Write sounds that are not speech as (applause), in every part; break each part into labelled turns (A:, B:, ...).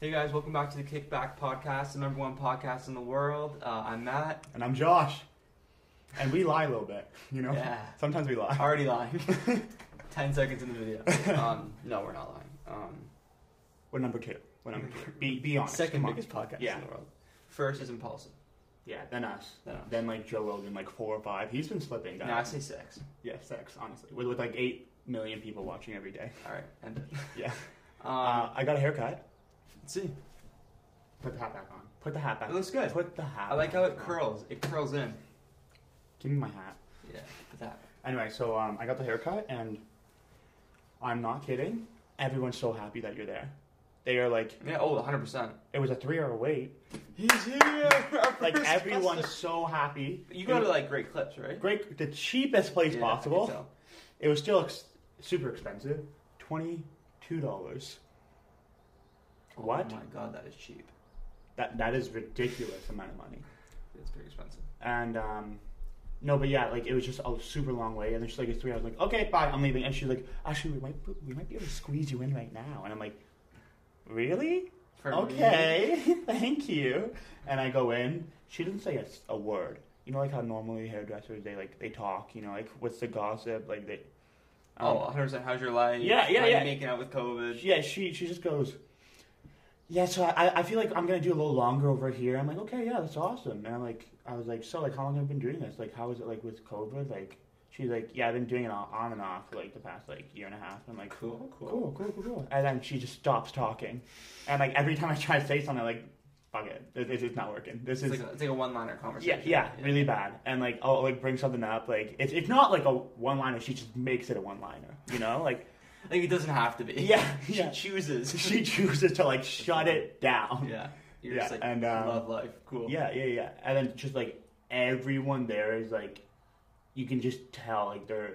A: Hey guys, welcome back to the Kickback Podcast, the number one podcast in the world. Uh, I'm Matt.
B: And I'm Josh. And we lie a little bit, you know?
A: Yeah.
B: Sometimes we lie.
A: Already lying. (laughs) Ten seconds in the video.
B: (laughs)
A: Um, no, we're not lying. Um,
B: We're number two. We're number two. Be, be honest.
A: second
B: come on.
A: biggest podcast
B: Yeah.
A: in the world. First is Impulsive.
B: Yeah, then us.
A: Then us.
B: Then like Joe Rogan, like four or five. He's been slipping, guys.
A: No, I say sex.
B: yeah, sex, honestly. With, with like eight million people watching every day. (laughs)
A: All right, end it.
B: Yeah.
A: Um,
B: uh, I got a haircut.
A: let's see,
B: Put the hat back on. Put the hat back
A: it looks good.
B: Put the hat
A: I like how it
B: back on.
A: curls. It curls in.
B: Give me my hat.
A: Yeah, but that.
B: Anyway, so um, I got the haircut, and I'm not kidding. Everyone's so happy that you're there. They are like,
A: Yeah. Oh, 100. percent
B: it was a three hour wait.
A: He's (laughs) here.
B: Like, everyone's so happy.
A: (laughs) You go to like great clips, right?
B: great, the cheapest place
A: Yeah, uh, I can
B: possible.
A: tell.
B: It was still ex- super expensive $22. What?
A: Oh my god, that is cheap.
B: That, that is ridiculous amount of money.
A: It's pretty expensive.
B: And um, no, but yeah, like it was just a super long way, and then she's like, "It's three hours." like, "Okay, bye, I'm leaving." And she's like, "Actually, we might we might be able to squeeze you in right now." And I'm like, "Really?
A: For me-
B: okay, (laughs) thank you." And I go in. She didn't say a, s- a word. You know, like how normally hairdressers they like they talk. You know, like what's the gossip? Like they.
A: Oh,
B: um,
A: 100. percent How's your life?
B: Yeah, yeah,
A: How you
B: yeah.
A: making out with COVID.
B: yeah, she she just goes. Yeah, so I, I feel like I'm gonna do a little longer over here. I'm like, okay, yeah, that's awesome. And I'm like, I was like, so like, how long have you been doing this? Like, how is it like with COVID? Like, she's like, yeah, I've been doing it on, on and off like the past like year and a half. I'm like,
A: Cool, cool.
B: cool, cool, cool, cool. And then she just stops talking, and like every time I try to say something, like, fuck it, this is not working. This
A: It's
B: is
A: like, a, it's like a one-liner
B: yeah,
A: conversation.
B: yeah, really bad. And like, I'll like bring something up. Like, it's it's not like a one liner. She just makes it a one liner. You know,
A: (laughs)
B: like. (laughs)
A: Like it doesn't have to be.
B: Yeah,
A: (laughs) she
B: yeah.
A: chooses.
B: she chooses to like shut it down.
A: yeah, you're
B: Yeah,
A: just like
B: and, um,
A: love life. Cool.
B: Yeah, yeah, yeah. And then just like everyone there is like, you can just tell like they're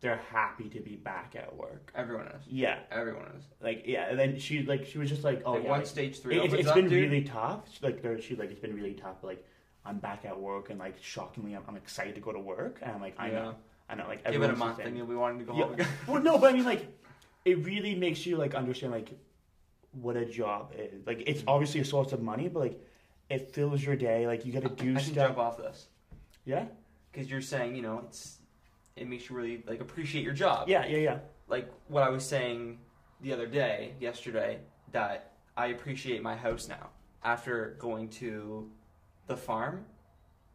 B: they're happy to be back at work.
A: everyone is.
B: Yeah,
A: Everyone is.
B: like yeah. And then she like she was just like, oh
A: like
B: yeah,
A: once
B: like,
A: stage three
B: it, it's-
A: opens
B: it's
A: up,
B: been
A: dude.
B: really tough. She, like there, she like it's been really tough. But, like I'm back at work and like shockingly, I'm, I'm excited to go to work. And I'm like, I
A: Yeah.
B: know, I know. Like
A: Give it a
B: everyone's the
A: month,
B: same.
A: and you'll be wanting to go home (laughs)
B: Yeah.
A: again.
B: (laughs) well, no, but I mean, like, it really makes you like understand like what a job is. Like,
A: Mm-hmm.
B: it's obviously a source of money, but like, it fills your day. Like, you got to do
A: I should jump
B: stuff.
A: off this
B: Yeah,
A: because you're saying you know it's it makes you really like appreciate your job.
B: yeah, yeah, yeah.
A: Like what I was saying the other day, yesterday, that I appreciate my house now after going to the farm.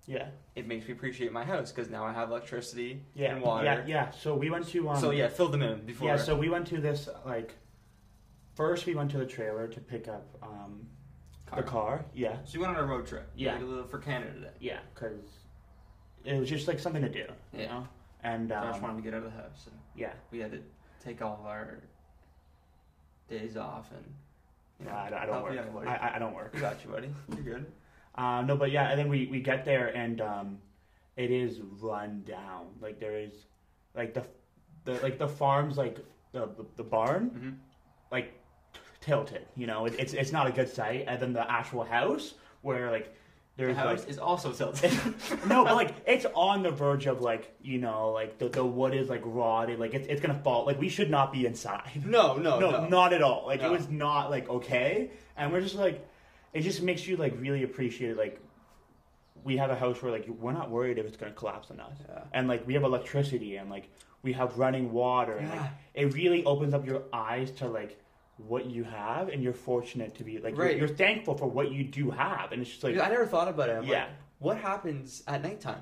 B: Yeah,
A: It makes me appreciate my house because now I have electricity
B: yeah,
A: and water.
B: yeah, yeah. So we went to um,
A: So yeah, fill them in before.
B: yeah. So we went to this like, first we went to the trailer to pick up um the car. Yeah,
A: So you went on a road trip.
B: Yeah.
A: Like a little for Canada today.
B: yeah, because it was just like something to do. You
A: Yeah.
B: know? And
A: Josh
B: um,
A: wanted to get out of the house, so
B: yeah,
A: we had to take all of our days off and. you know,
B: Nah, I don't, I don't
A: help you
B: work.
A: out, buddy.
B: I, I- I don't work.
A: We got you, buddy. You're good.
B: Uh, no, but yeah, and then we, we get there and um, it is run down. Like there is, like the, the like the farms like the the, the barn
A: Mhm.
B: like t- tilted. You know, it, it's it's not a good site. And then the actual house where like
A: The
B: there's
A: house
B: like
A: is also tilted.
B: (laughs) no, but like it's on the verge of like you know like the, the wood is like rotted. Like it's it's gonna fall. Like we should not be inside
A: (laughs) no, no,
B: no,
A: Oh, no,
B: not at all. Like
A: No.
B: it was not like okay, and we're just like, it just makes you like really appreciate it. Like we have a house where like we're not worried if it's gonna collapse on us,
A: Yeah.
B: and like we have electricity and like we have running water, and like it really opens up your eyes to like what you have, and you're fortunate to be like
A: Right.
B: you're, you're thankful for what you do have, and it's just like
A: I never thought about it. I'm
B: Yeah.
A: Like, what happens at nighttime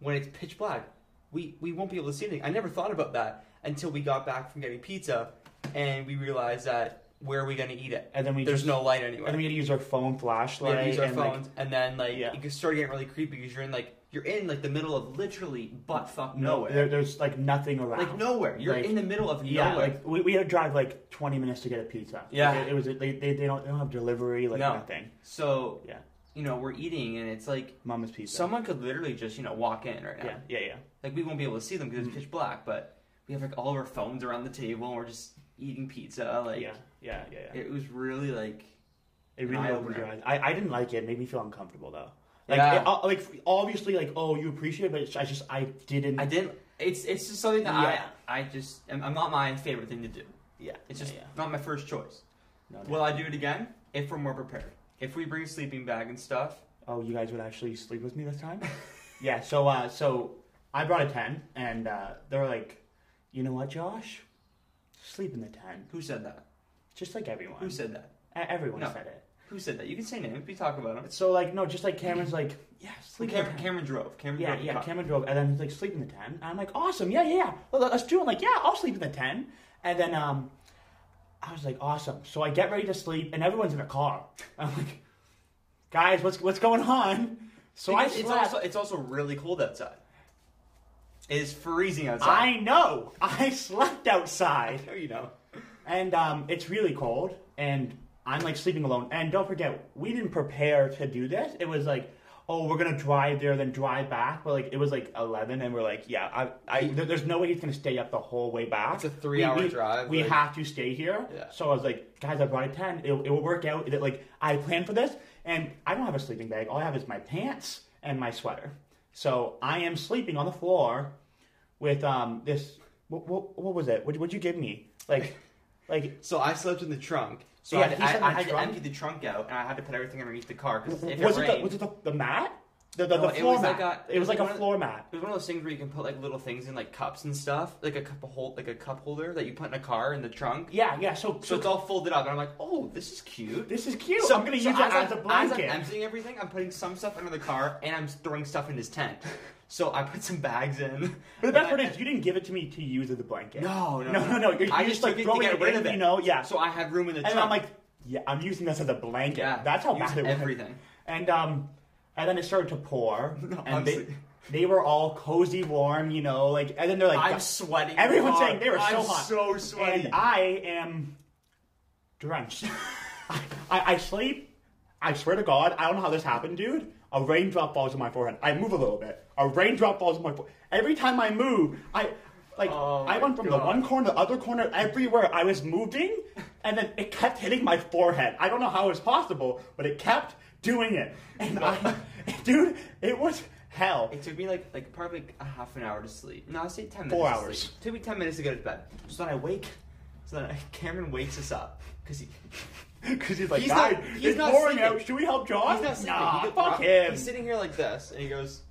A: when it's pitch black? We we won't be able to see anything. I never thought about that until we got back from getting pizza, and we realized that where are we going to eat it?
B: and then we
A: There's
B: just,
A: no light
B: and
A: anywhere.
B: then we had to use our phone
A: We
B: flashlight,
A: had to use our
B: and
A: phones, and then like
B: Yeah.
A: it could start getting really creepy because you're in like you're in like the middle of literally butt fuck
B: like no,
A: nowhere,
B: there, there's like nothing around,
A: like nowhere. You're
B: Like,
A: in the middle of
B: Yeah,
A: nowhere.
B: like we, we had to drive like twenty minutes to get a pizza.
A: Yeah.
B: Like, it, it was they, they, they don't they don't have delivery like
A: No.
B: nothing.
A: so
B: Yeah,
A: you know we're eating, and it's like
B: Mama's pizza.
A: someone could literally just you know walk in right now.
B: yeah, yeah, yeah.
A: Like we won't be able to see them
B: Mm.
A: because it's pitch black, but we have like all of our phones around the table, and we're just eating pizza. Like
B: yeah, yeah, yeah, yeah. It,
A: it was really like
B: really
A: eye
B: opened your
A: opener.
B: eyes. I, I didn't like it. It made me feel uncomfortable though. Like
A: Yeah.
B: it- uh, like obviously like oh you appreciate it, but it's, I just I didn't.
A: I didn't. It's it's just something that
B: Yeah.
A: I I just am, I'm not my favorite thing to do.
B: yeah,
A: It's just
B: yeah,
A: not my first choice.
B: yeah. No, no.
A: Will I do it again? if we're more prepared. If we bring a sleeping bag and stuff,
B: Oh, you guys would actually sleep with me this
A: (laughs)
B: time? yeah, so uh so I brought a tent and uh they were like, You know what, Josh? Sleep in the tent.
A: who said that?
B: Just like everyone.
A: Who said that?
B: E- everyone
A: No.
B: said it.
A: Who said that? You can say names. We talk about them.
B: So like no, just like Cameron's like, Yeah,
A: Well,
B: sleep in the
A: Cameron,
B: tent.
A: Cameron drove. Cameron
B: yeah,
A: drove. the
B: yeah,
A: car.
B: Cameron drove, and then he's like, sleep in the tent. And I'm like, awesome, yeah, yeah, yeah, Let- let's do it. I'm like, yeah, I'll sleep in the tent. And then um, I was like, awesome. So I get ready to sleep, and everyone's in the car. (laughs) I'm like, guys, what's what's going on? So
A: Because
B: I
A: it's
B: slept.
A: also it's also really cold outside. It is freezing outside.
B: I know. I slept outside,
A: know you know.
B: and um, it's really cold, and I'm like sleeping alone. And don't forget, we didn't prepare to do this. It was like. Oh, we're gonna drive there, then drive back. But like, it was like eleven, and we're like, yeah, I, I there, there's no way he's gonna stay up the whole way back.
A: It's a three-hour
B: we, we-
A: drive,
B: We
A: like-
B: have to stay here.
A: Yeah.
B: So I was like, guys, I brought a tent. It, it will work out. It- like, I planned for this, and I don't have a sleeping bag. All I have is my pants and my sweater. So I am sleeping on the floor with um this. What, what, what was it? What would you give me?
A: (laughs)
B: Like, like
A: So I slept in the trunk. So
B: Yeah,
A: I,
B: he
A: I,
B: slept in
A: I
B: the
A: had to
B: trunk.
A: empty the trunk out, and I had to put everything underneath the car because if
B: was
A: it,
B: it,
A: rained,
B: the, was it the, the mat? The, the,
A: No,
B: the
A: it
B: floor
A: was like
B: mat.
A: a-
B: it was like
A: one
B: a
A: of-
B: floor mat.
A: it was one of those things where you can put like little things in like cups and stuff, like a cup hold, like a cup holder that you put in a car in the trunk.
B: Yeah, yeah. So,
A: So
B: so,
A: it's all folded up, and I'm like, oh, this is cute.
B: this is cute.
A: So
B: I'm gonna
A: so
B: use it
A: I'm-
B: as a
A: As I'm
B: blanket.
A: emptying everything, I'm putting some stuff under the car, and I'm throwing stuff in his tent. So I put some bags in.
B: But the
A: and (laughs)
B: best
A: I-
B: part is, you didn't give it to me to use as a blanket.
A: No, no,
B: no, no. no. You're,
A: I
B: you're
A: just
B: just
A: took
B: like
A: it to
B: throwing
A: get
B: it
A: rid
B: in,
A: of it.
B: You know, yeah.
A: So I had room in the
B: And
A: trunk.
B: I'm like, yeah, I'm using this as a blanket.
A: Yeah,
B: That's how
A: use
B: bad it was.
A: everything.
B: And um, and then it started
A: (laughs)
B: to pour,
A: No,
B: and they,
A: honestly.
B: they were all cozy, warm, you know, like. And then they're like,
A: I'm sweating.
B: Everyone's
A: hard.
B: saying they were so
A: I'm
B: hot.
A: so sweaty.
B: and I am
A: (laughs)
B: drenched. I, I, I sleep. I swear to God, I don't know how this happened, dude. A raindrop falls on my forehead. I move a little bit. A raindrop falls on my forehead. Every time I move, I like
A: Oh
B: I
A: my
B: went from
A: God.
B: the one corner, to the other corner, everywhere. I was moving, and then it kept hitting my forehead. I don't know how it was possible, but it kept doing it. And
A: (laughs)
B: I, dude, it was hell.
A: It took me like like probably like a half an hour to sleep. No, I say ten minutes.
B: Four
A: to
B: hours.
A: sleep. took me ten minutes to go to bed. So then I wake. So then I, (laughs) Cameron wakes us up because he.
B: (laughs) Because he's like,
A: He's
B: guys,
A: not- he's
B: it's
A: not
B: pouring
A: sleeping.
B: out. Should we help John?
A: He's not sleeping.
B: Nah,
A: he gets
B: fuck
A: up.
B: him.
A: He's sitting here like this, and he goes,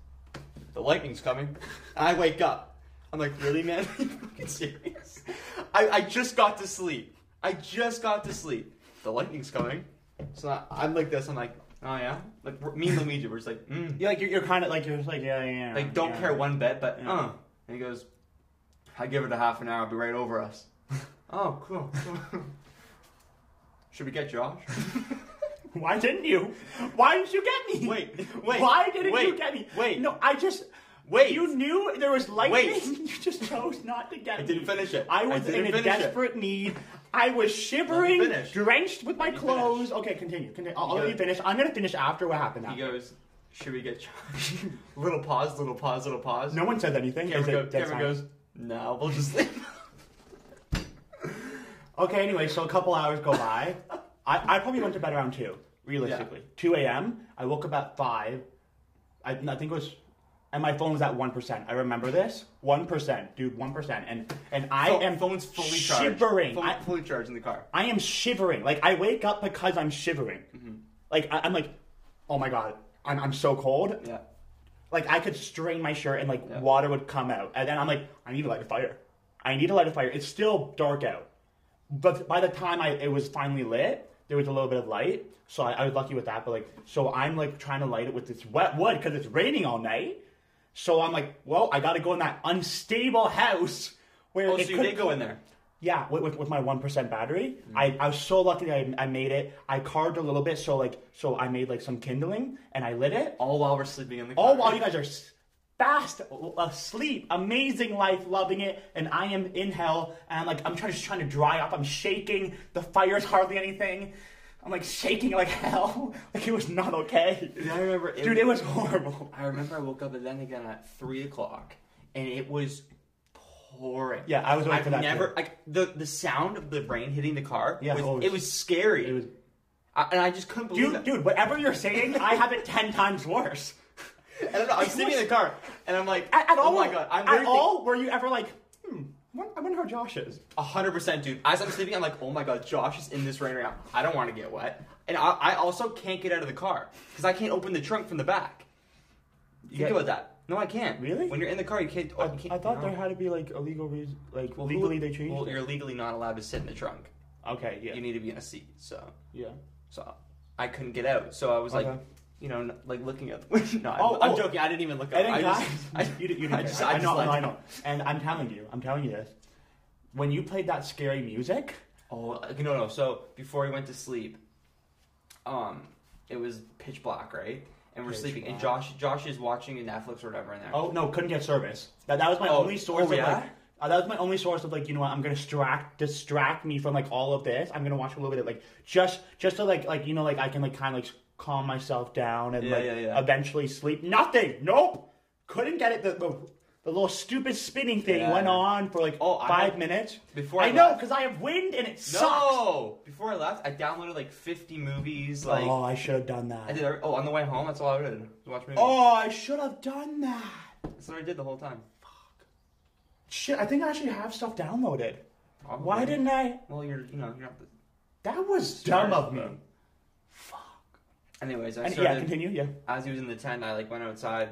A: "The lightning's coming." And I wake up. I'm like, "Really, man? (laughs) Are you fucking serious?" I, I just got to sleep. I just got to sleep. The lightning's coming. So I, I'm like this. I'm like, "Oh yeah." Like we're- me and Luigi were just like, mm.
B: You're like you're, you're kind of like you're just like yeah yeah. yeah,
A: like don't
B: yeah.
A: care one bit, but
B: Yeah.
A: uh. And he goes, "I give it a half an hour. It'll be right over us." (laughs) oh, cool. (laughs) Should we get Josh?
B: (laughs) Why didn't you? Why didn't you get me?
A: Wait, wait,
B: Why didn't
A: wait,
B: you get me?
A: wait.
B: No, I just.
A: Wait.
B: You knew there was lightning.
A: Wait.
B: (laughs) You just chose not to get
A: I
B: me.
A: didn't finish it.
B: I
A: I
B: was
A: didn't
B: in a
A: finish it.
B: desperate need. I was shivering,
A: finish.
B: drenched with my
A: me
B: clothes. Okay, continue. continue. I'll, I'll
A: You
B: let
A: go-
B: you finish. I'm gonna finish after what happened.
A: He
B: After.
A: goes, "Should we get Josh?" (laughs) little pause, little pause, little pause.
B: No one said anything.
A: Cameron,
B: Is it
A: go,
B: dead
A: Cameron
B: silence?
A: goes, "No, we'll just leave."
B: Okay, anyway, so a couple hours go by. I, I probably went to bed around 2, realistically. 2 a.m. I woke up at 5. I, I think it was. And my phone was at 1%. I remember this. 1%, dude, 1%. And and I
A: Pho-
B: am
A: phone's fully charged.
B: shivering.
A: Phone
B: I,
A: fully charged in the car.
B: I am shivering. Like, I wake up because I'm shivering.
A: Mm-hmm.
B: Like, I, I'm like, oh my God, I'm, I'm so cold.
A: Yeah.
B: Like, I could strain my shirt and, like,
A: Yeah.
B: water would come out. And then I'm like, I need to light a fire. I need to light a fire. It's still dark out. But by the time I it was finally lit, there was a little bit of light, so I, I was lucky with that. But like, so I'm like trying to light it with this wet wood because it's raining all night. So I'm like, well, I got to go in that unstable house where
A: Oh,
B: it
A: so you
B: could-
A: did go in Mm-hmm. there.
B: Yeah, with, with, with my one percent battery, I, I was so lucky that I, I made it. I carved a little bit, so like, so I made like some kindling and I lit it.
A: All while we're sleeping in the car. (laughs)
B: All while Oh, you guys are s- fast uh, asleep, amazing life, loving it, and I am in hell, and I'm like, I'm trying, just trying to dry up. I'm shaking. The fire's hardly anything. I'm like shaking like (laughs) hell. Like it was not okay.
A: Yeah, I remember. It
B: Dude, it was horrible.
A: I remember I woke up and then again at three o'clock, and it was pouring.
B: Yeah, I was waiting
A: I've
B: for that
A: Never
B: too.
A: like the the sound of the rain hitting the car.
B: Yeah,
A: was,
B: oh, it was-
A: it was scary.
B: It was,
A: I, and I just couldn't believe
B: dude,
A: it.
B: dude, whatever you're saying, I have it ten times worse.
A: I don't know. I'm sleeping in the car, and I'm like,
B: At, at
A: oh
B: all,
A: my god, I'm
B: at all, were you ever like, hmm, what- I wonder how Josh is.
A: hundred percent, dude. As I'm sleeping, I'm like, oh my god, Josh is in this rain right now. I don't want to get wet. And I, I also can't get out of the car because I can't open the trunk from the back.
B: You
A: Think
B: got-
A: about that. No, I can't.
B: Really?
A: When you're in the car, you can't.
B: I,
A: oh, you can't
B: I thought
A: no.
B: there had to be like a legal reason, like
A: Well, who-
B: legally they changed.
A: Well,
B: it.
A: you're legally not allowed to sit in the trunk.
B: okay, yeah,
A: You need to be in a seat. So,
B: yeah.
A: so I couldn't get out. So I was like,
B: Okay.
A: you know, n- like looking at the (laughs) window. No, I'm,
B: Oh,
A: I'm
B: oh.
A: joking. I didn't even look up.
B: And
A: I
B: then guys,
A: just, I,
B: you, did- you didn't
A: I
B: care.
A: just,
B: I,
A: I just
B: know, I
A: like,
B: know, I know. And I'm telling you, I'm telling you this. When you played that scary music,
A: Oh like, no no! So before we went to sleep, um, it was pitch black, right? And we're
B: Pitch
A: sleeping, and
B: black.
A: Josh Josh is watching Netflix or whatever in there.
B: oh no, couldn't get service. That, that was my
A: Oh,
B: only source
A: oh,
B: of
A: yeah?
B: like. Uh, that was my only source of like, you know what? I'm gonna distract distract me from like all of this. I'm gonna watch a little bit of like just just to like like you know like I can like kind of like calm myself down and
A: Yeah,
B: like
A: yeah, yeah.
B: eventually sleep. Nothing. Nope. Couldn't get it. The, the, the little stupid spinning thing
A: Yeah.
B: went on for like
A: Oh,
B: oh,
A: I
B: five
A: had-
B: minutes.
A: before
B: I
A: I
B: know
A: left-
B: because I have wind and it sucks.
A: no! Before I left, I downloaded like 50 movies. Like
B: oh, I should have done
A: I
B: that.
A: did. Every, oh, on the way home, that's all I did. was Watch movies.
B: oh, I should have done that.
A: that's what I did the whole time.
B: Shit, I think I actually have stuff downloaded.
A: Probably.
B: Why didn't I?
A: Well, you're you know you're not. The,
B: That was
A: Smart,
B: dumb of me.
A: but- anyways, I
B: And,
A: started
B: yeah, continue. Yeah,
A: as he was in the tent. I like went outside,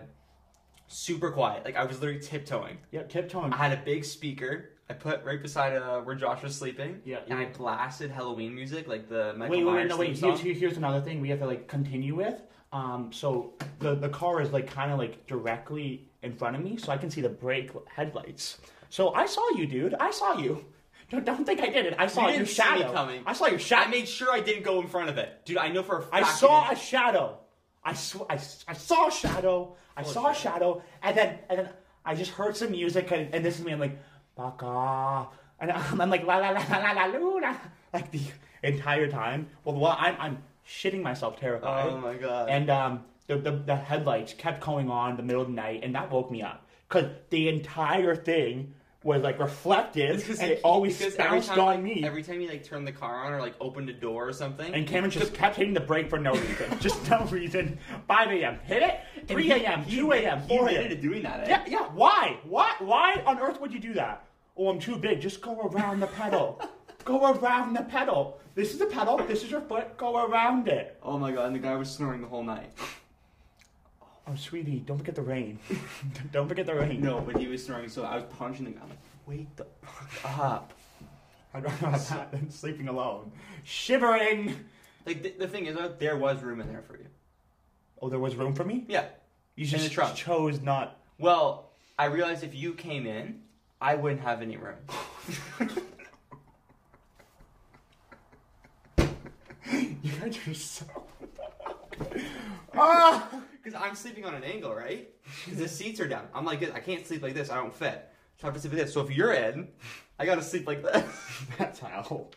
A: super quiet. Like I was literally tiptoeing.
B: yeah, tiptoeing.
A: I had a big speaker. I put right beside uh, where Josh was sleeping.
B: Yeah.
A: And I blasted Halloween music, like the Michael
B: Wait, wait, wait,
A: Myers
B: no,
A: theme
B: wait.
A: song.
B: Here's, here- here's another thing we have to like continue with. Um, so the the car is like kind of like directly in front of me, so I can see the brake headlights. So I saw you, dude. I saw you. (laughs) Don't, don't think I did it. I saw
A: You didn't
B: your
A: see me
B: shadow.
A: coming.
B: I saw your shadow.
A: I made sure I didn't go in front of it, dude. I know for a
B: I
A: fact.
B: saw
A: I
B: a shadow. I, sw- I, s- I saw a shadow. I
A: Full of
B: saw a shadow, and then and then I just heard some music, and, and this is me. I'm like, baka, and (laughs) I'm, I'm like la la la la la la loo, la, like the entire time. Well, while I'm I'm shitting myself, terrified.
A: Oh my God.
B: And um, the, the the headlights kept going on in the middle of the night, and that woke me up because the entire thing was like reflected,
A: Because
B: and
A: he-
B: it always
A: because
B: bounced
A: time,
B: on
A: like,
B: me.
A: Every time you like turned the car on or like opened a door or something.
B: And Cameron just kept hitting the brake for no
A: (laughs)
B: reason. just no reason. 5 a.m. Hit it. 3 a.m. 2 a.m.
A: he
B: 4
A: admitted to
B: a.m.
A: doing that. eh?
B: Yeah, yeah. Why? Why? Why on earth would you do that? Oh, I'm too big. Just go around
A: (laughs)
B: the pedal. go around the pedal. This is the pedal. This is your foot. Go around it.
A: Oh my god! And the guy was snoring the whole night.
B: Oh, sweetie, don't forget
A: (laughs)
B: the rain. don't forget the rain.
A: No, but he was snoring, so I was punching the guy. I'm like, wake the fuck up.
B: I'd rather have that than sleeping alone. Shivering.
A: Like the, the thing is, uh, there was room in there for you.
B: Oh, there was room for me?
A: Yeah.
B: You
A: In
B: just
A: the trunk.
B: chose not. (laughs)
A: Well, I realized if you came in, I wouldn't have any (laughs) room.
B: You guys are so.
A: (laughs)
B: ah!
A: Because I'm sleeping on an angle, right? Because the seats are down. I'm like this. I can't sleep like this. I don't fit. So I have to sleep like this. So if you're in, I gotta sleep like (laughs) this.
B: (laughs) That's hell.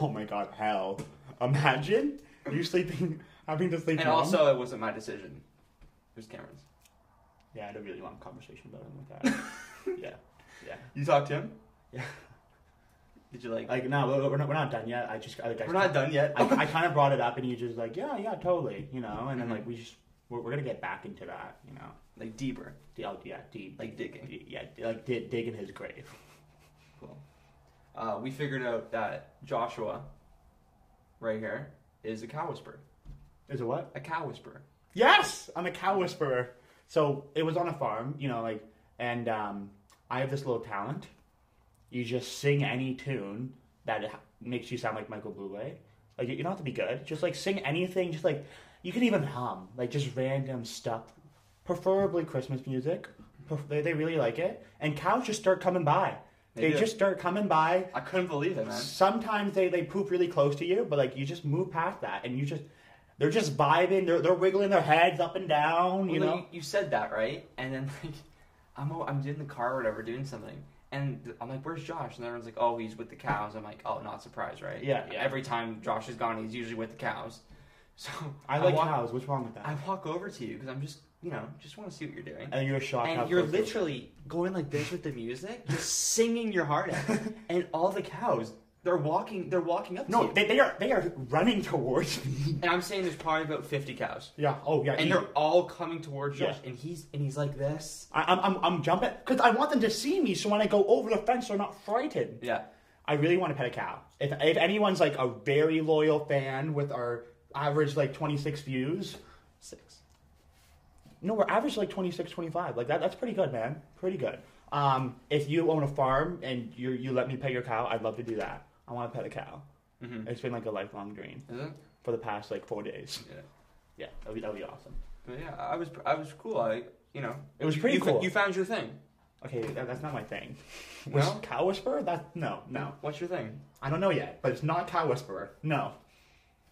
B: Oh my god, hell. Imagine you sleeping, having to sleep.
A: And
B: alone.
A: also, it wasn't my decision. It was Cameron's.
B: yeah, I don't really want a conversation about it
A: (laughs)
B: like that. yeah, yeah,
A: You talked to him?
B: yeah.
A: (laughs) Did you like?
B: Like, no, we're- we're not, we're not done yet. I just, I, like, I,
A: We're not done yet.
B: I, I kind of brought it up, and you just like, yeah, yeah, totally, you know. And then
A: Mm-hmm.
B: like we just, we're, we're gonna get back into that, you know.
A: (laughs) like deeper.
B: The, oh, yeah, deep,
A: Like digging.
B: yeah, like dig, dig in his grave.
A: Cool. Uh, we figured out that Joshua, right here, is a cow whisperer.
B: Is it what?
A: A cow whisperer.
B: Yes, I'm a cow whisperer. So it was on a farm, you know, like, and um, I have this little talent. You just sing any tune that it ha- makes you sound like Michael Bublé. Like you you don't have to be good. Just like sing anything. Just like you can even hum, like just random stuff. Preferably Christmas music. Pref- They, they really like it, and cows just start coming by.
A: They
B: They,
A: do.
B: just start coming by.
A: I couldn't believe it, man.
B: Sometimes they, they poop really close to you, but like you just move past that and you just they're just vibing, they're they're wiggling their heads up and down, you
A: Well,
B: know.
A: like, you said that right, and then like I'm o- I'm in the car or whatever doing something, and th- I'm like, "Where's Josh?" And everyone's like, "Oh, he's with the cows." I'm like, "Oh, not surprised, right?"
B: Yeah, yeah.
A: Every time Josh is gone, he's usually with the cows. (laughs) So
B: I like
A: walk,
B: cows, what's wrong with that?
A: I walk over to you because I'm just you know just want to see what you're doing,
B: and you're shocked how
A: and you're
B: close they-
A: literally going like this with the music, just singing your heart (laughs) out, and all the cows they're walking they're walking up to
B: No,
A: you,
B: they, they are they are running towards me. (laughs)
A: and I'm saying there's probably about 50 cows,
B: yeah, oh yeah.
A: and
B: easy.
A: they're all coming towards
B: Yeah.
A: Josh, and he's and he's like this.
B: I, I'm, I'm I'm jumping because I want them to see me so when I go over the fence they're not frightened.
A: Yeah.
B: I really want to pet a cow. If if anyone's like a very loyal fan with our averaged like 26 views.
A: Six.
B: No, we're average like 26, 25. Like that, that's pretty good, man. Pretty good. Um, if you own a farm and you you let me pet your cow, I'd love to do that. I want to pet a cow.
A: Mm-hmm.
B: It's been like a lifelong dream
A: Is it?
B: for the past like four days.
A: Yeah.
B: Yeah, that'd be, that'd be awesome.
A: But yeah, I was I was cool. I you know
B: It was
A: you-
B: pretty
A: you, fo-
B: cool.
A: You found your thing.
B: Okay, that, that's not my (laughs) thing.
A: No?
B: Was cow whisperer? That no, no.
A: What's your thing?
B: I don't know yet, but it's not cow whisperer. No,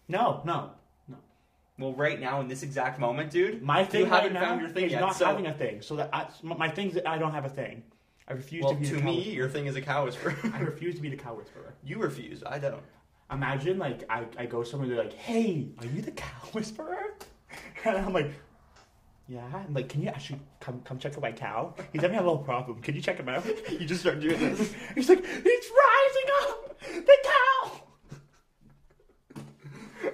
B: no, no.
A: Well, right now in this exact moment, dude,
B: My thing
A: you haven't
B: right
A: found
B: now
A: your thing
B: is
A: yet.
B: not
A: so,
B: having a thing. So that I, my thing is that I don't have a thing. I refuse
A: well,
B: to be
A: to
B: a cow
A: me,
B: whisperer.
A: your thing is a cow whisperer. (laughs)
B: I refuse to be the cow whisperer.
A: you refuse. I don't.
B: Imagine like I, I go somewhere they're like, Hey, are you the cow (laughs) whisperer? And I'm like, Yeah and like can you actually come come check out my cow? He's having a little problem. Can you check him out? (laughs)
A: You just start doing this.
B: He's like, It's rising up the cow
A: Do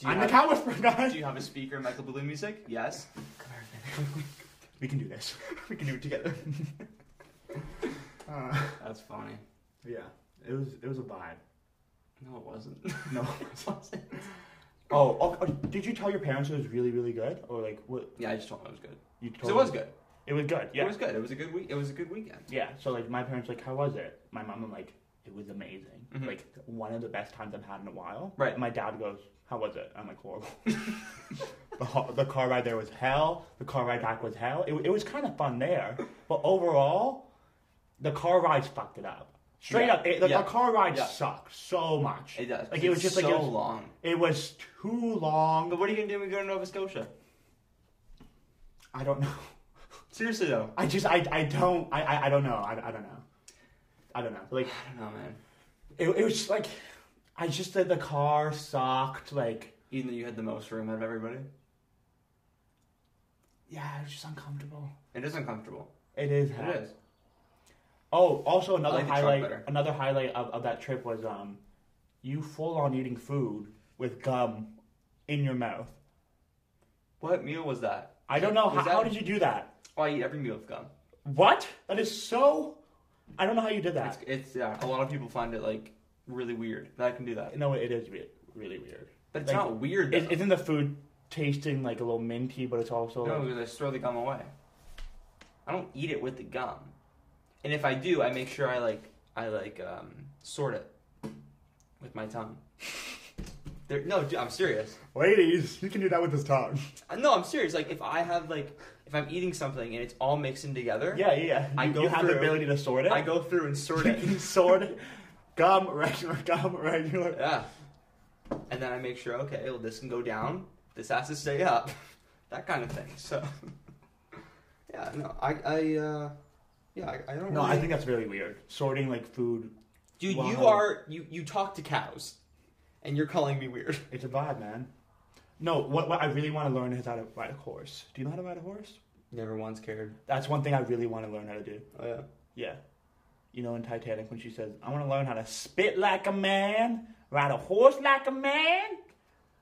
A: you
B: I'm
A: have,
B: the cow whisperer guys.
A: Do you have a speaker in Michael Blue music? Yes. Come here, man.
B: We can do this.
A: (laughs) we can do it together.
B: Uh,
A: That's funny.
B: yeah. It was it was a vibe.
A: No, it wasn't.
B: No.
A: (laughs) it wasn't.
B: Oh, oh, oh, did you tell your parents it was really, really good? Or like what
A: Yeah, I just told him it was good.
B: you
A: 'Cause
B: told
A: it was good.
B: It was good, yeah.
A: It was good. It was a good week. It was a good weekend.
B: Yeah. So like my parents like, how was it? My mom I'm like, it was amazing.
A: Mhm.
B: Like one of the best times I've had in a while.
A: Right.
B: And my dad goes, how was it? I'm like horrible. (laughs) the, ho- the car ride there was hell. The car ride back was hell. It, wa- it was kind of fun there, but overall, the car rides fucked it up. Straight
A: Yeah.
B: up, it, the, the
A: Yeah.
B: car ride
A: Yeah.
B: sucked so much.
A: It does.
B: Like it was
A: It's
B: just
A: so
B: like it was,
A: long.
B: it was too long.
A: But what are you gonna do when we go to Nova Scotia?
B: I don't know.
A: Seriously though,
B: I just I, I don't I, I I don't know. I, I don't know. I don't know. Like
A: I don't know, man.
B: It, it was just like, I just said the car sucked. Like,
A: Even though you had the most room out of everybody,
B: yeah, it was just uncomfortable.
A: it is uncomfortable.
B: It is.
A: It is.
B: Oh, also another
A: I like the truck
B: highlight.
A: better.
B: Another highlight of, of that trip was um, you full on eating food with gum in your mouth.
A: What meal was that?
B: I don't know
A: Was
B: how,
A: that-
B: how did you do that.
A: Oh, I eat every meal with gum.
B: What? That is so. I don't know how you did
A: It's,
B: that.
A: it's yeah. A lot of people find it like really weird that I can do that,
B: No, it is re- really weird.
A: but it's
B: Like,
A: not weird.
B: is
A: though.
B: isn't the food tasting like a little minty, but it's also
A: No,
B: like,
A: because I just throw the gum away. I don't eat it with the gum, and if I do, I make sure I like I like um, sort it with my tongue. There, no, dude, I'm serious.
B: ladies, you can do that with this tongue.
A: Uh, No, I'm serious. Like if I have like if I'm eating something and it's all mixing together,
B: Yeah, yeah. yeah.
A: I
B: you,
A: go
B: you have the
A: through-
B: ability to sort it.
A: I go through and sort
B: (laughs) You
A: it.
B: can sort it. Gum, regular, (laughs) gum, regular.
A: yeah, and then I make sure. Okay, well, this can go down. This has to stay up. (laughs) That kind of thing. So, (laughs) yeah, no, I, I, uh, yeah, I, I don't.
B: No,
A: really...
B: I think that's really weird. Sorting like food,
A: Dude, you
B: Wow.
A: are you you talk to cows, and you're calling me weird. (laughs)
B: it's a vibe, man. No, what, what I really want to learn is how to ride a horse. Do you know how to ride a horse?
A: Never once cared.
B: That's one thing I really want to learn how to do.
A: Oh yeah.
B: Yeah. You know, in Titanic, when she says, I want to learn how to spit like a man, ride a horse like a man.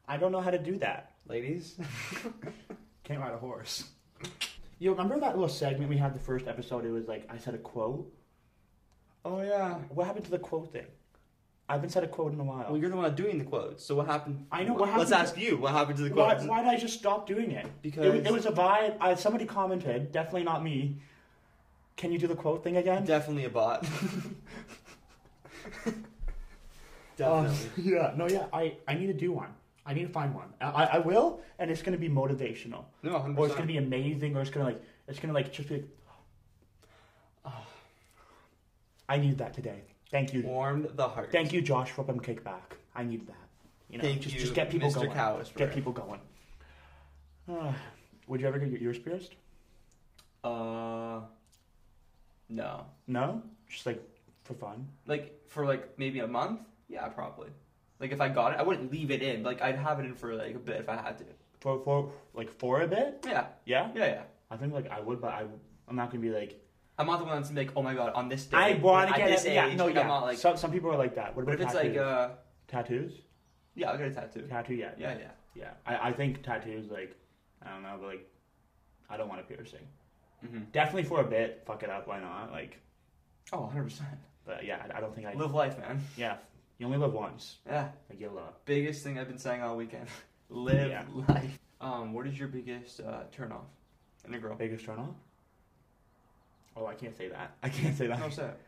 B: I don't know how to do that.
A: Ladies. (laughs)
B: Can't ride a horse. You remember that little segment we had the first episode? It was like, I said a quote.
A: oh yeah.
B: What happened to the quote thing? I haven't said a quote in a while.
A: Well, you're the one doing the quotes. So what happened?
B: I know, what
A: Let's
B: happened-
A: ask you. What happened to the
B: Why,
A: quotes?
B: why did I just stop doing it?
A: Because-
B: it, was- it was a vibe. I, somebody commented, definitely not me. Can you do the quote thing again?
A: Definitely a bot. (laughs) Definitely.
B: Uh, (laughs) yeah. No. Yeah. I, I need to do one. I need to find one. I, I- I will, and it's gonna be motivational,
A: no, 100%.
B: or it's gonna be amazing, or it's gonna like it's gonna like just be. Like, (sighs) I need that today. Thank you.
A: warmed the heart.
B: Thank you, Josh, for Upham Kickback. I need that. You know,
A: Thank
B: just,
A: you,
B: just get people
A: Mr.
B: going.
A: Cowes, for
B: get
A: it.
B: people going. Uh, would you ever get your ears pierced?
A: Uh, no.
B: No, just like for fun.
A: Like for like maybe a month. Yeah, probably. Like if I got it, I wouldn't leave it in. Like I'd have it in for like a bit if I had to.
B: For for like for a bit.
A: Yeah.
B: Yeah,
A: Yeah. Yeah.
B: I think like I would, but I I'm not gonna be like
A: I'm not the one that's like, oh my god, on this day.
B: I want to
A: at
B: get
A: this
B: it. Yeah,
A: age,
B: no,
A: like,
B: yeah.
A: I'm not like.
B: some some people are like that. What
A: But
B: about
A: if it's
B: tattoos?
A: like, uh,
B: tattoos?
A: yeah, I'll get a tattoo.
B: Tattoo? Yeah,
A: Yeah, yeah.
B: yeah. I I think tattoos like I don't know, but like I don't want a piercing.
A: Mm-hmm.
B: Definitely for a bit. Fuck it up. Why not? Like,
A: Oh, 100 percent.
B: but yeah, I, I don't think I.
A: Live life, man.
B: Yeah, You only live once.
A: Yeah,
B: Like you love.
A: biggest thing I've been saying all weekend. (laughs) Live
B: Yeah.
A: life. Um, what is your biggest uh, turn off in a girl?
B: Biggest turn off? Oh, I can't say that. I can't say that.
A: How's that?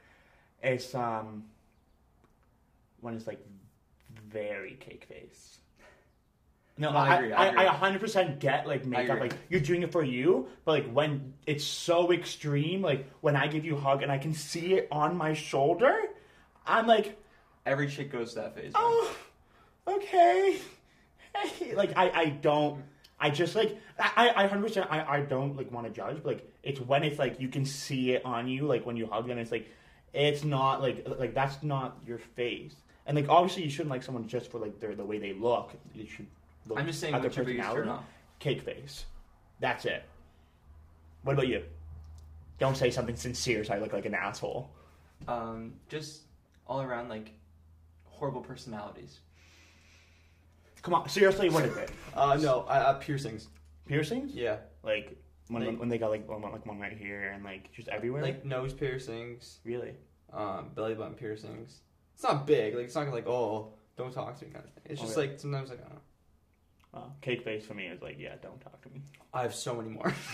B: It's um when it's like very cake face. No,
A: No, I
B: I,
A: agree, I
B: I,
A: agree.
B: I, 100% get like makeup,
A: agree.
B: like you're doing it for you, but like when it's so extreme, like when I give you a hug and I can see it on my shoulder, I'm like,
A: Every chick goes to that phase. man.
B: oh, okay. Hey, like I, I don't, I just like, I, I 100%, I, I don't like want to judge, but like it's when it's like you can see it on you, like when you hug them, it's like, it's not like, like that's not your face. And like obviously you shouldn't like someone just for like their, the way they look. You should look
A: I'm just saying,
B: at their
A: what's your biggest turn
B: personality.
A: off?
B: Cake face. That's it. What about you? Don't say something sincere so I look like an asshole.
A: Um, just all around like horrible personalities.
B: Come on, seriously, what is it?
A: Uh, no, uh, uh, piercings.
B: Piercings?
A: Yeah,
B: Like when
A: Like-
B: when they got like one, like one right here and like just everywhere.
A: like nose piercings,
B: really?
A: um, belly button piercings. It's not big. Like it's not like oh, don't talk to me kind of thing. It's
B: Oh,
A: just
B: yeah.
A: like sometimes like I don't know.
B: Wow. Cake face for me is like yeah, don't talk to me.
A: I have so many more. (laughs)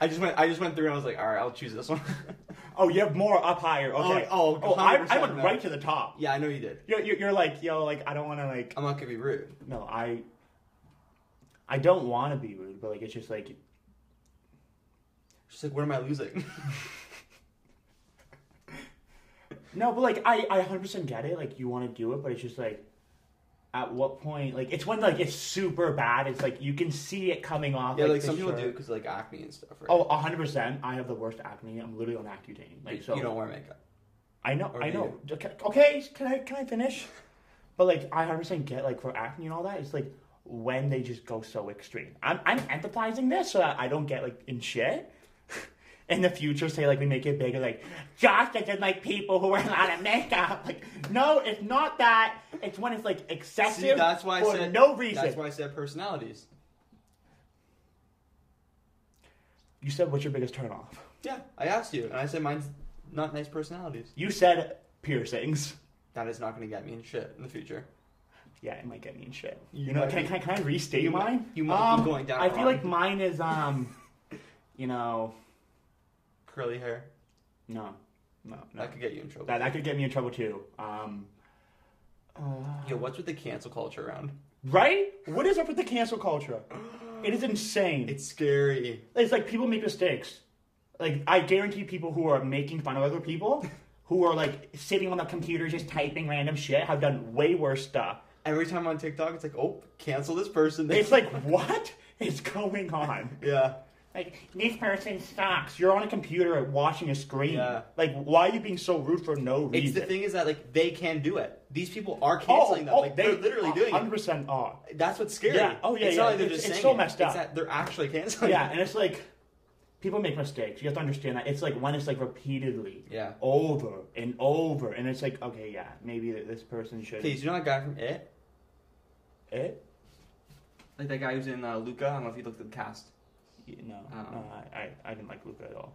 A: I just went. I just went through and I was like, all right, I'll choose this one. (laughs)
B: Oh, you have more up higher. Okay.
A: Oh, oh,
B: I, I
A: 100%
B: went
A: no.
B: right to the top.
A: yeah, I know you did.
B: You're, you're, you're like yo, like I don't want to like
A: I'm not gonna be rude.
B: no, I I don't want to be rude, but like it's just like
A: She's like, what am I losing? (laughs)
B: no, but like I I hundred percent get it. Like you want to do it, but it's just like at what point like it's when like it's super bad. It's like you can see it coming off.
A: yeah, like
B: the
A: some people
B: shirt.
A: do because like acne and stuff. Right?
B: Oh, 100%. I have the worst acne. I'm literally on Accutane. Like
A: But
B: so
A: you don't wear makeup.
B: I know,
A: Or
B: I
A: do
B: know. Okay, okay, can I can I finish? But like, I understand. Get like for acne and all that. It's like when they just go so extreme. I'm I'm empathizing this so that I don't get like in shit. (laughs) In the future, say like we make it bigger, like Josh doesn't like people who wear a lot of makeup. (laughs) Like, no, it's not that. It's when it's like excessive
A: See, that's why I
B: for
A: said
B: no reason.
A: That's why I said personalities.
B: You said what's your biggest turnoff?
A: Yeah, I asked you, and I said mine's not nice personalities.
B: You said piercings.
A: That is not going to get me in shit in the future.
B: Yeah, it might get me in shit.
A: You
B: You, know,
A: might
B: can, I
A: be-
B: can, I, can I restate
A: you might-
B: mine?
A: you might be
B: Um,
A: going down
B: I
A: a
B: feel
A: lot.
B: like mine is um, you know,
A: Curly hair
B: no, no, no.
A: that could get you in trouble.
B: That that could get me in trouble too. Um, uh,
A: Yo, what's with the cancel culture around?
B: right? What is up with the cancel
A: (gasps)
B: culture? It is insane. It's,
A: It's scary.
B: like people make mistakes. Like I guarantee people who are making fun of other
A: (laughs)
B: people, who are like sitting on the computer just typing random shit, have done way worse stuff.
A: Every time on TikTok, it's like, oh, cancel this person.
B: It's like (laughs) what is going on?
A: (laughs) yeah,
B: Like this person sucks. You're on a computer watching a screen.
A: Yeah.
B: Like why are you being so rude for no
A: it's
B: reason? Oh,
A: the thing is that like they can do it. These people are canceling them. like Oh, they, are literally doing
B: Hundred
A: it.
B: percent are.
A: That's what's scary.
B: Yeah, oh, yeah,
A: It's
B: yeah,
A: not like they're
B: it's-
A: just
B: it's
A: saying
B: so
A: it.
B: messed
A: It's
B: up.
A: that they're actually canceling.
B: Yeah,
A: it.
B: and it's like people make mistakes. You have to understand that. It's like when it's like repeatedly.
A: Yeah.
B: Over and over, and it's like okay, yeah, maybe th- this person should. Eh?
A: Please, you know that guy from It?
B: It?
A: Like that guy who's in uh, Luca. I don't know if you looked at the cast. (laughs)
B: Yeah, No,
A: Um.
B: no, I, I, I didn't like Luca at all.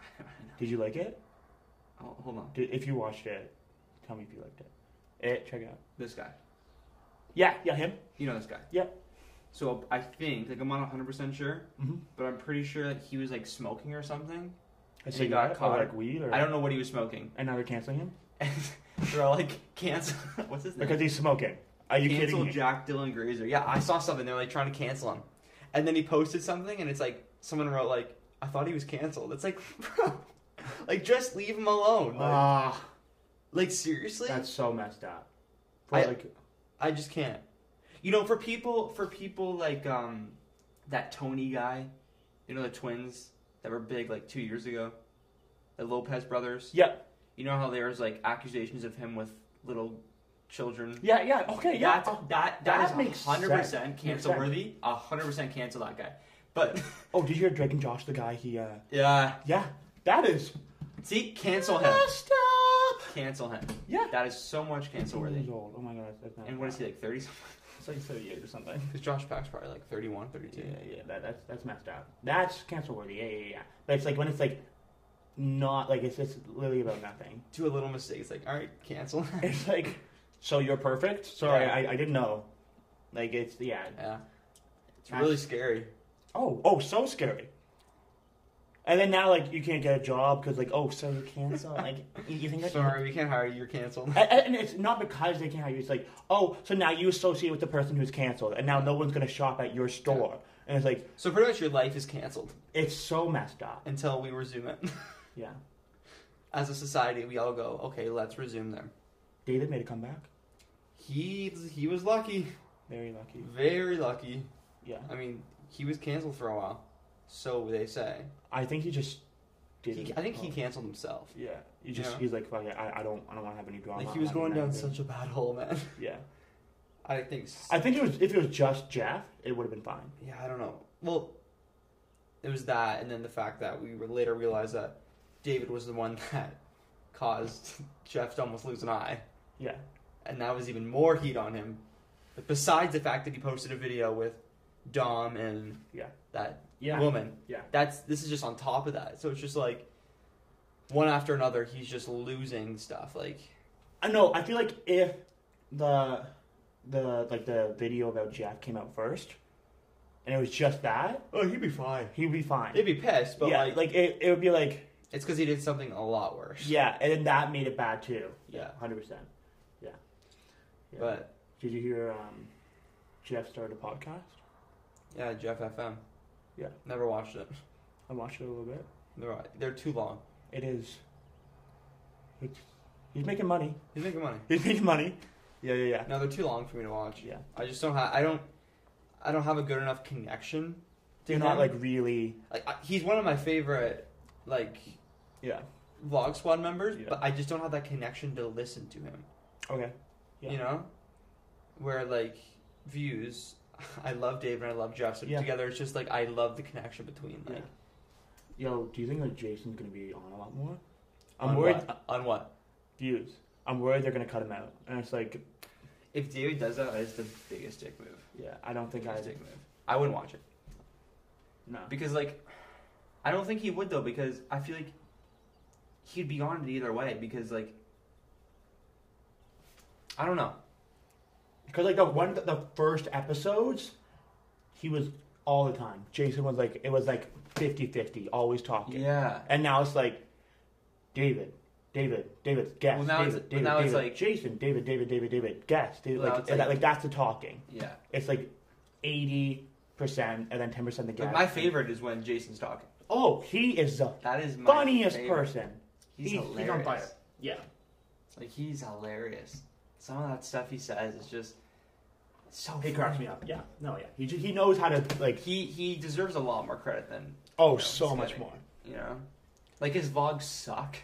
A: I don't know.
B: Did you like it?
A: Oh, hold on,
B: Did, if you watched it, tell me if you liked it. It, check it out.
A: this guy.
B: Yeah, yeah, him.
A: You know this guy.
B: Yeah.
A: So I think, like, I'm not 100 percent sure,
B: Mm-hmm.
A: but I'm pretty sure that he was like smoking or something.
B: I
A: And he got caught.
B: like weed, or
A: I don't know what he was smoking.
B: and now they're canceling him.
A: And (laughs) they're all like, cancel. (laughs) What's his name?
B: Because he's smoking. Are you
A: cancel
B: kidding me?
A: Jack Dylan Grazer. Yeah, I saw something. They're like trying to cancel him, and then he posted something, and it's like someone wrote like, "I thought he was canceled." It's like, (laughs) bro, like just leave him alone. Like,
B: Ah,
A: like, seriously,
B: that's so messed up. For
A: I-
B: like,
A: I just can't. You know, for people, for people like um, that Tony guy, you know the twins that were big like two years ago, the Lopez brothers.
B: yeah,
A: You know how there was like accusations of him with little children.
B: yeah, yeah. Okay, yeah.
A: That's,
B: oh,
A: that
B: that
A: that
B: makes
A: is hundred percent
B: sense.
A: cancel
B: Makes
A: worthy. hundred percent cancel that guy. But (laughs)
B: oh, did you hear Drake and Josh? The guy he. uh
A: yeah,
B: Yeah, that is
A: see, cancel him,
B: messed up.
A: cancel him.
B: Yeah.
A: That is so much cancel worthy.
B: Years old. Oh my god, that's not
A: And what is he like thirty (laughs) something?
B: It's like thirty-eight or something.
A: Because Josh Pack's probably like 31, 32.
B: Yeah, yeah, that, that's that's messed up. That's cancel worthy. Yeah, yeah, yeah. But it's like when it's like not like it's just literally about nothing.
A: Do a little mistake. It's like, all right, cancel.
B: (laughs)
A: (laughs)
B: It's like, so you're perfect. Sorry,
A: Yeah.
B: I, I didn't know. Like it's yeah.
A: yeah. It's really scary.
B: Oh oh, so scary. And then now like you can't get a job because like oh so you cancel like you, you think that
A: Sorry, we can't hire you. You're canceled. (laughs)
B: And, and it's not because they can't hire you. It's like, oh, so now you associate with the person who's canceled, and now no one's going to shop at your store. And it's like,
A: So pretty much your life is canceled
B: it's so messed up.
A: until we resume it. (laughs)
B: Yeah.
A: As a society, we all go, okay, let's resume them.
B: David made a comeback.
A: He he was lucky,
B: Very lucky.
A: very lucky.
B: Yeah.
A: I mean, he was canceled for a while, so they say.
B: I think he just did.
A: He,
B: it.
A: I think he
B: Oh.
A: canceled himself.
B: Yeah. He just
A: Yeah.
B: he's like, fuck it, I, I don't I don't want to have any drama.
A: Like he was
B: I'm not
A: going
B: doing
A: down
B: anything.
A: such a bad hole, man. (laughs)
B: Yeah.
A: I think. s-
B: I think it was if it was just Jeff, it would have been fine.
A: yeah, I don't know. Well, it was that, and then the fact that we were later realized that David was the one (laughs) that caused (laughs) Jeff to almost lose an eye,
B: Yeah.
A: and that was even more heat on him. But besides the fact that he posted a video with Dom and
B: Yeah.
A: that
B: Yeah.
A: woman.
B: Yeah.
A: That's this is just on top of that. So it's just like one after another, he's just losing stuff. Like
B: I know. I feel like if the the like the video about Jeff came out first, and it was just that,
A: oh, he'd be fine.
B: he'd be fine.
A: They'd be pissed, but
B: yeah,
A: like,
B: like, it, it would be like
A: it's because he did something a lot worse.
B: yeah, and then that made it bad too.
A: Yeah.
B: hundred percent. Yeah. Yeah.
A: But
B: did you hear um, Jeff started a podcast?
A: yeah, Jeff FM.
B: Yeah.
A: Never watched it. (laughs)
B: I watched it a little bit.
A: They're, they're too long.
B: It is. It's, he's making money. (laughs)
A: He's making money.
B: He's making money. Yeah, yeah, yeah.
A: No, they're too long for me to watch.
B: Yeah.
A: I just don't have. I don't. I don't have a good enough connection.
B: They're not like really.
A: like I, he's one of my favorite like
B: Yeah.
A: vlog squad members,
B: Yeah.
A: but I just don't have that connection to listen to him.
B: Okay. Yeah.
A: you know where like views (laughs) i love dave and i love jeff so
B: Yeah.
A: together it's just like i love the connection between like
B: Yeah. Yo, do you think like Jason's gonna be on a lot more? I'm
A: on
B: worried.
A: what, on what
B: Views. I'm worried they're gonna cut him out, and it's like,
A: if david does that it's the biggest dick move
B: yeah, I don't think I.
A: biggest dick move i wouldn't watch it
B: No.
A: because like i don't think he would though because i feel like he'd be on it either way because like i don't know
B: Because like the one the first episodes, he was all the time. Jason was like it was like 50-50, always talking.
A: yeah
B: And now it's like David, David, David, guest.
A: Well, now
B: David,
A: it's-
B: David,
A: now
B: David,
A: it's like-
B: Jason, David, David, David, David, guest. David,
A: Well,
B: like,
A: now it's
B: and that-
A: like-
B: like that's the talking.
A: yeah
B: It's like eighty percent and then ten percent the guest.
A: Like, my favorite is when jason's talking
B: Oh, he is the
A: that is my
B: funniest
A: favorite.
B: person.
A: he's,
B: He- he's on
A: hilarious
B: fire. Yeah.
A: Like he's hilarious. Some of that stuff he says is just so.
B: He cracks me up. Yeah. No, yeah. He, ju- he knows how to like
A: He he deserves a lot more credit than
B: oh
A: Yeah,
B: so
A: he's
B: much
A: funny.
B: more.
A: you know. Like his vlogs suck.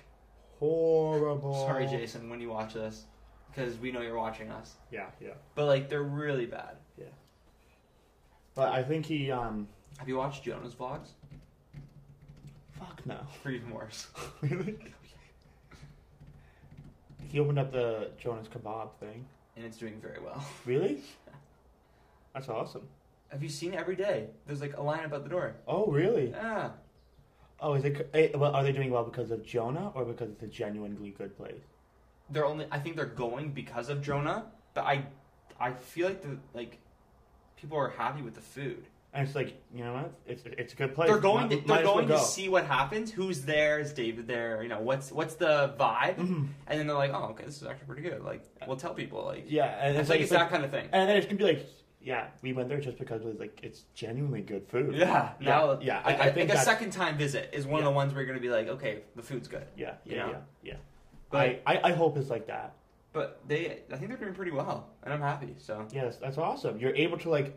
B: Horrible.
A: Sorry, Jason, when you watch this, because we know you're watching us.
B: Yeah, yeah.
A: But like they're really bad.
B: But I think he um
A: Have you watched Jonah's vlogs?
B: fuck no. (laughs)
A: They're even (laughs) worse.
B: He opened up the Jonas kebab thing.
A: and it's doing very well.
B: Really? That's awesome.
A: Have you seen every day? There's like a lineup at the door.
B: Oh, really?
A: Yeah.
B: Oh, is it? eh, Well, are they doing well because of Jonah or because it's a genuinely good place?
A: They're only. I think they're going because of Jonah. But I, I feel like the like, people are happy with the food.
B: And it's like, you know what? It's it's a good place.
A: they're going.
B: Might-
A: to,
B: might
A: they're
B: as well
A: going to
B: go.
A: see what happens. Who's there? Is David there? You know, what's what's the vibe?
B: Mhm.
A: And then they're like, oh, okay, this is actually pretty good. Like, we'll tell people. Like,
B: (clears throat) Yeah, and
A: it's,
B: it's
A: like
B: like
A: it's that kind of thing.
B: and then it's gonna be like, yeah, we went there just because it was like it's genuinely good food.
A: Yeah. Now,
B: yeah, I-
A: Like,
B: I think
A: like a
B: that's-
A: second time visit is one of
B: Yeah.
A: the ones where you're gonna be like, okay, the food's good.
B: yeah, yeah,
A: Yeah.
B: yeah. yeah.
A: But
B: I, I I hope it's like that.
A: but they, I think they're doing pretty well, and I'm happy. So
B: Yes, that's awesome. You're able to like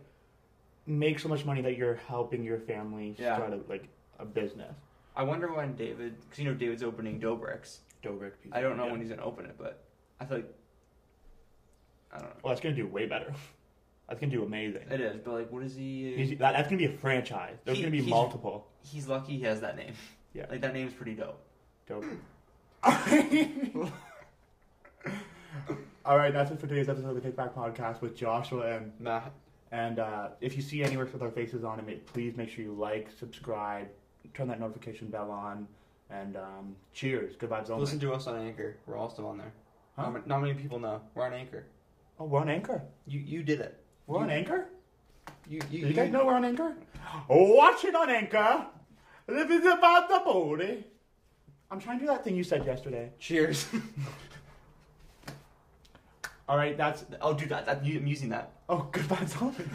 B: make so much money that you're helping your family
A: Yeah.
B: start a, like a business.
A: I wonder when David, because you know David's opening Dobricks.
B: Dobrik.
A: I don't know when he's gonna open it, but I feel like I don't know.
B: Well, Oh, that's gonna do way better. (laughs) That's gonna do amazing.
A: It is, but like, what is he?
B: He's, that, that's gonna be a franchise. There's
A: He-
B: gonna be
A: he's-
B: multiple.
A: He's lucky he has that name.
B: Yeah.
A: Like that name's pretty dope.
B: Dobrik.
A: (laughs)
B: All right, that's it for today's episode of the Kickback Podcast with Joshua and
A: Matt.
B: and uh, if you see anywhere with our faces on it, please make sure you like, subscribe, turn that notification bell on, And um, cheers, good vibes only.
A: Listen to us on Anchor. We're also on there.
B: Huh?
A: Not, ma- not many people know. We're on Anchor.
B: Oh, we're on anchor.
A: You you did it.
B: We're on
A: You-
B: anchor.
A: You you,
B: You, guys know we're on anchor. Watch it on anchor. This is about the booty. I'm trying to do that thing you said yesterday.
A: (laughs) Cheers.
B: All right, that's
A: oh, dude, that, that, you, I'm using that.
B: (laughs) oh, good vibes only.